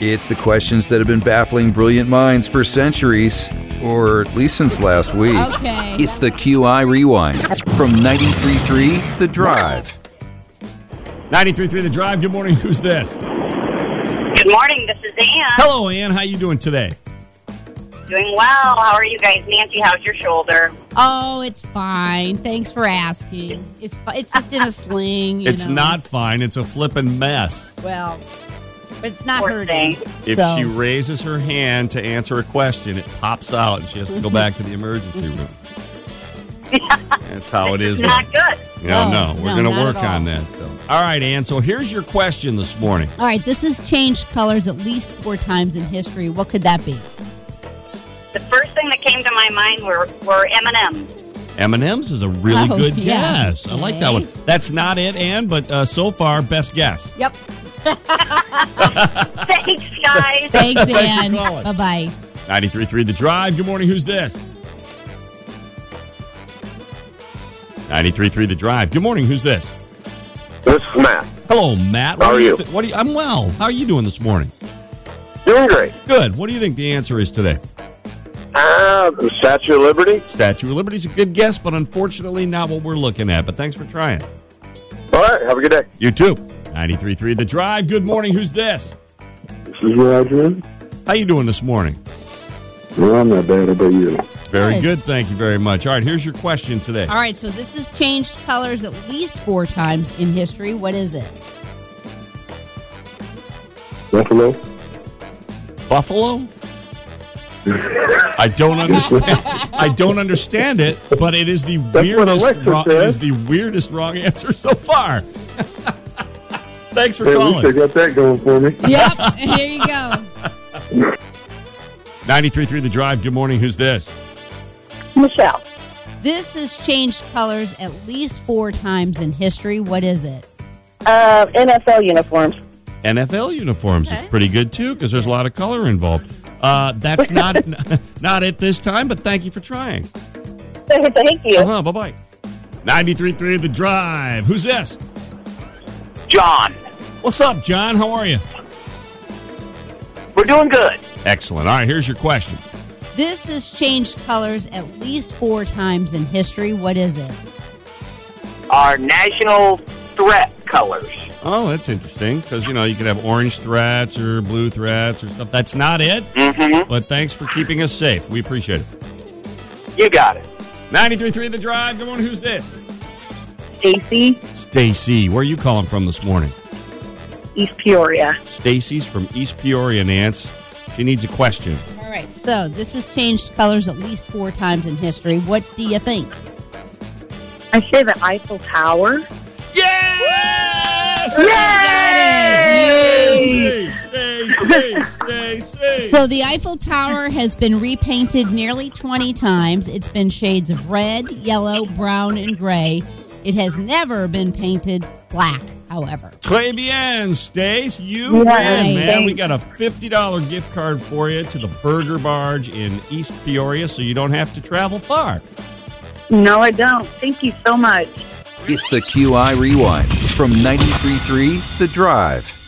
It's the questions that have been baffling brilliant minds for centuries, or at least since last week. Okay. It's the QI Rewind from 93.3 The Drive. 93.3 The Drive. Good morning. Who's this? Good morning. This is Ann. Hello, Ann. How you doing today? Doing well. How are you guys? Nancy, how's your shoulder? Oh, it's fine. Thanks for asking. It's fi- it's just in a sling. you it's know. not fine. It's a flippin' mess. well, but it's not Poor hurting. thing. If so, she raises her hand to answer a question, it pops out and she has to Mm-hmm. go back to the emergency room. That's how it is. Not good. No, No, no, we're no, going not to work at all. on that. Though. All right, Ann. So here's your question this morning. all right, this has changed colors at least four times in history. What could that be? The first thing that came to my mind were, were M&M's. M&M's is a really Oh, good yeah. guess. I like that one. Okay. That's not it, Ann, but uh, so far, best guess. Yep. Thanks, guys. Thanks, Thanks for Ann. calling. Bye bye. 93.3 The Drive. Good morning. Who's this? 93.3 The Drive. Good morning. Who's this? This is Matt. Hello, Matt. What How do are you? thi- what do you? I'm well. How are you doing this morning? Doing great. Good. What do you think the answer is today? Ah, the Statue of Liberty. Statue of Liberty's a good guess, but unfortunately not what we're looking at. But thanks for trying. All right. Have a good day. You too. 93.3 The Drive. Good morning. Who's this? This is Roger. How you doing this morning? Well, I'm not bad about you. Very Good. good. Thank you very much. All right. Here's your question today. All right, so this has changed colors at least four times in history. What is it? Buffalo. Buffalo? I don't understand. I don't understand it, but it is the what weirdest. Alexa Wrong, it said. is the weirdest wrong answer so far. Thanks for Hey, at least I calling. got that going for me. Yep. Here you go. 93.3 The Drive. Good morning. Who's this? Michelle. This has changed colors at least four times in history. What is it? Uh, NFL uniforms. NFL uniforms is pretty good too because there's a lot of color involved. Uh, that's not not it this time, but thank you for trying. Thank you. Uh huh. Bye bye. 93.3 The Drive. Who's this? John. What's up, John? How are you? We're doing good. Excellent. All right. Here's your question. This has changed colors at least four times in history. What is it? Our national threat colors. Oh, that's interesting because you know you could have orange threats or blue threats or stuff. That's not it. Mm-hmm. But thanks for keeping us safe. We appreciate it. You got it. 93.3 The Drive. Good morning. Who's this? Stacy, Stacy. Where are you calling from this morning? East Peoria. Stacy's from East Peoria, Nance. She needs a question. All right. So this has changed colors at least four times in history. What do you think? I say the Eiffel Tower. Yes! Yay! Stacy! Stacy! Stacy! So the Eiffel Tower has been repainted nearly 20 times. It's been shades of red, yellow, brown, and gray. It has never been painted black, however. Très bien, Stace. You win, Right. man. We got a $50 gift card for you to the Burger Barge in East Peoria so you don't have to travel far. No, I don't. Thank you so much. It's the QI Rewind from 93.3 The Drive.